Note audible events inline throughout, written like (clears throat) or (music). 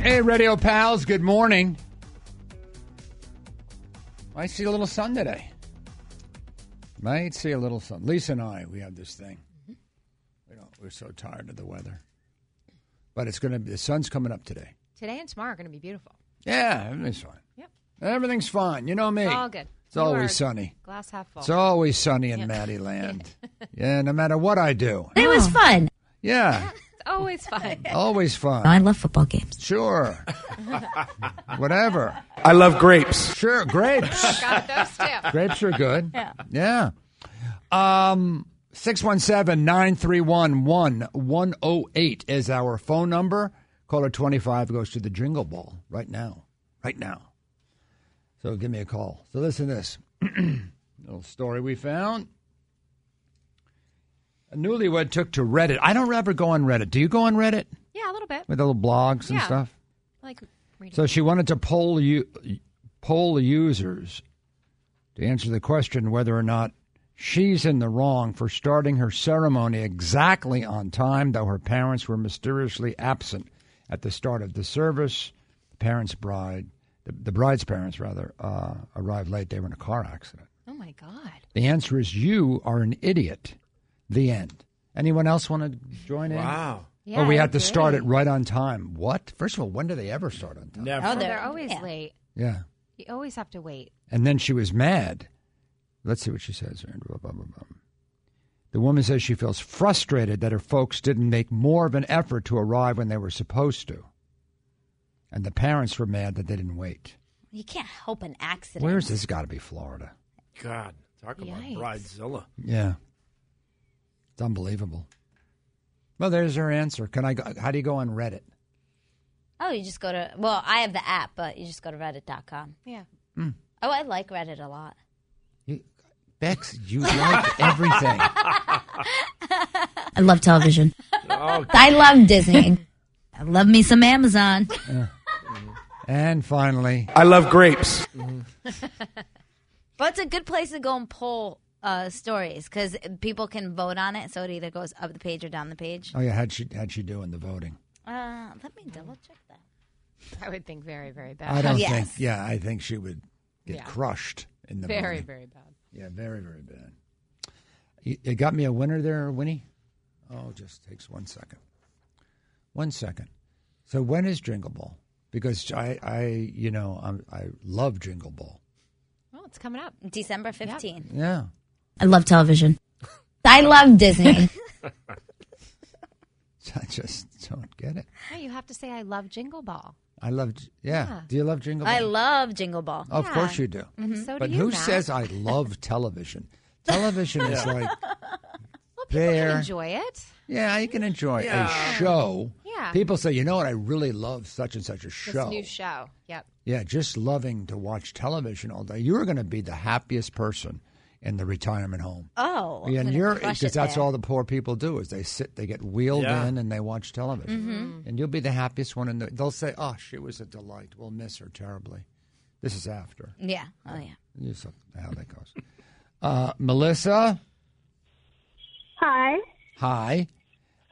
Hey, radio pals, good morning. Might see a little sun today. Might see a little sun. Lisa and I, we have this thing. We don't, we're so tired of the weather. But it's going to be, the sun's coming up today. Today and tomorrow are going to be beautiful. Yeah, everything's fine. Yep. Everything's fine. You know me. All good. It's You always are sunny. Glass half full. It's always sunny in (laughs) Maddie Land. yeah, no matter what I do. It was fun. (laughs) Yeah, it's (laughs) always fun. always fun. I love football games. (laughs) Sure. Whatever. I love grapes. Sure, grapes. Got those too. Grapes are good. Yeah. Yeah. Um, 617-931-1108 is our phone number. Caller 25 goes to the Jingle Ball right now. Right now. So give me a call. So listen to this. (clears throat) Little story we found. A newlywed took to Reddit. I don't ever go on Reddit. Do you go on Reddit? Yeah, a little bit. With little blogs and Yeah. stuff? Like reading. So she wanted to poll you, poll users to answer the question whether or not she's in the wrong for starting her ceremony exactly on time, though her parents were mysteriously absent at the start of the service. The parents' bride, the, the bride's parents rather, uh, arrived late. They were in a car accident. oh my god. The answer is you are an idiot. The end. Anyone else want to join in? Wow. Yeah. oh, we I had to start it agree. right on time. What? First of all, when do they ever start on time? Oh, Never. Oh, there. they're always Yeah. late. Yeah. You always have to wait. And then she was mad. Let's see what she says. here. Blah, blah, blah, blah. The woman says she feels frustrated that her folks didn't make more of an effort to arrive when they were supposed to. And the parents were mad that they didn't wait. You can't help an accident. Where's this? Got to be Florida. God, talk about Yikes. (laughs) bridezilla. Yeah. It's unbelievable. Well, there's her answer. Can I go, how do you go on Reddit? Oh, you just go to. Well, I have the app, but you just go to Reddit.com. Yeah. Oh, I like Reddit a lot. You, Bex, you like everything. I love television. Oh, (laughs) I love Disney. (laughs) I love me some Amazon. And finally, I love grapes. But it's a good place to go and pull uh, stories because people can vote on it. So it either goes up the page or down the page. oh yeah, how'd she, how'd she do in the voting? Uh, let me double check that. I would think very, very bad. I don't Yes. think. Yeah, I think she would get Yeah. crushed in the (laughs) very, voting. very bad. Yeah, very, very bad. You, you got me a winner there, Winnie. Oh, just takes one second. One second. So when is Jingle Ball? Because I, I you know, I'm, I love Jingle Ball. Well, it's coming up. December 15th. Yeah. I love television. (laughs) I (laughs) love Disney. (laughs) I just don't get it. No, you have to say I love Jingle Ball. I love. Yeah. Yeah. Do you love Jingle Ball? I love Jingle Ball. Of yeah. course you do. And so do But you, who Matt. says I love television? Television (laughs) is like, well, people can there- enjoy it? yeah, you can enjoy Yeah. a show. Yeah. People say, you know what? I really love such and such a This show. new show. Yep. Yeah, just loving to watch television all day. You're going to be the happiest person in the retirement home. Oh, I'm and gonna you're crush because it that's there. all the poor people do is they sit, they get wheeled Yeah. in, and they watch television. Mm-hmm. Mm-hmm. And you'll be the happiest one. And the, they'll say, "Oh, she was a delight. We'll miss her terribly." This is after. Yeah. Oh yeah. You saw how that goes. Uh, Melissa, Hi. hi.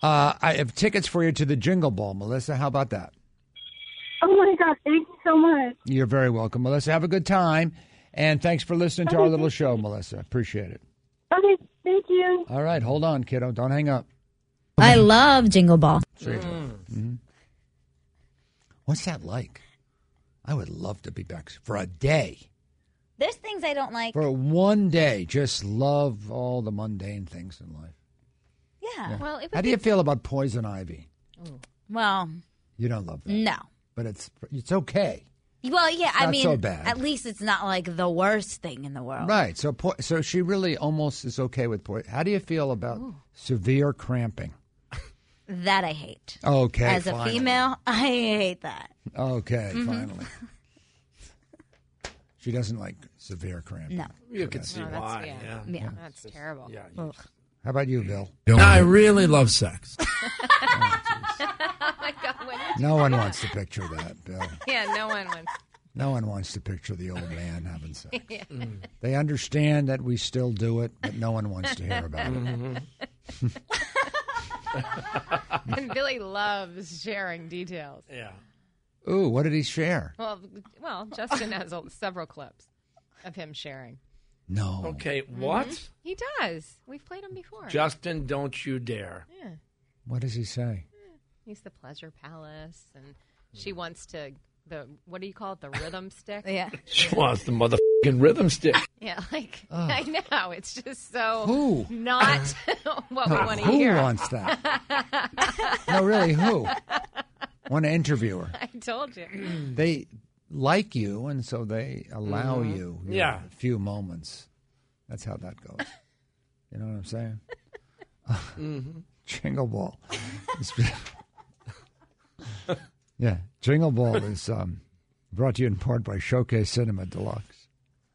Uh, I have tickets for you to the Jingle Ball, Melissa. How about that? Oh my god, thank you so much. You're very welcome, Melissa. Have a good time, and thanks for listening to our little show, Melissa. Appreciate it. Okay, thank you. All right, hold on, kiddo. Don't hang up. I love Jingle Ball. Mm. Mm-hmm. What's that like? I would love to be back for a day, There's things I don't like. for one day. Just love all the mundane things in life. yeah. Well, it would How do you feel about poison ivy? Well, You don't love that, no. but it's it's okay, Well, yeah. I not mean, so bad. at least it's not like the worst thing in the world. right? So po- so she really almost is okay with poison. How do you feel about severe cramping? That I hate. Okay, As a finally. female, (laughs) I hate that. Okay, finally. She doesn't like severe cramping. No. You can see No, that's- why. yeah. Yeah. Yeah. That's terrible. Yeah, you- How about you, Bill? I really love sex. Oh my god. (laughs) When did No one wants to picture that, Bill. you- yeah, no one (laughs) wins. No one wants to picture the old man having sex. Mm. They understand that we still do it, but no one wants to hear about it. And Billy loves sharing details. (laughs) yeah. Ooh, what did he share? Well, well, Justin has a, several clips of him sharing. No. Okay, what? He does. We've played him before. Justin, don't you dare. yeah. What does he say? He's the pleasure palace, and she wants to the what do you call it? The rhythm (laughs) stick. Yeah. She wants the motherfucking rhythm stick. Yeah, like I know it's just so Who? not (laughs) what we want to who hear. wants that? no, really, who? Want an interviewer? I told you. They like you, and so they allow you. your Mm-hmm. Yeah. few moments. That's how that goes. You know what I'm (laughs) saying? Mm-hmm. Jingle ball. It's- (laughs) yeah, Jingle Ball is um, brought to you in part by Showcase Cinema Deluxe.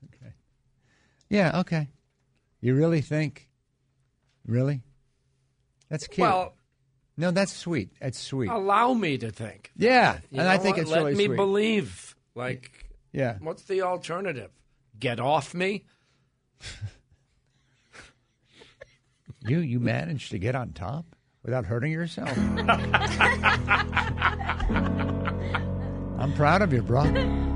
Okay. Yeah. Okay. You really think? Really? That's cute. Well, no, that's sweet. That's sweet. allow me to think. Yeah, You and know I think what? it's Let really me sweet. believe. Like, yeah, what's the alternative? Get off me? you you managed to get on top without hurting yourself. I'm proud of you, bro.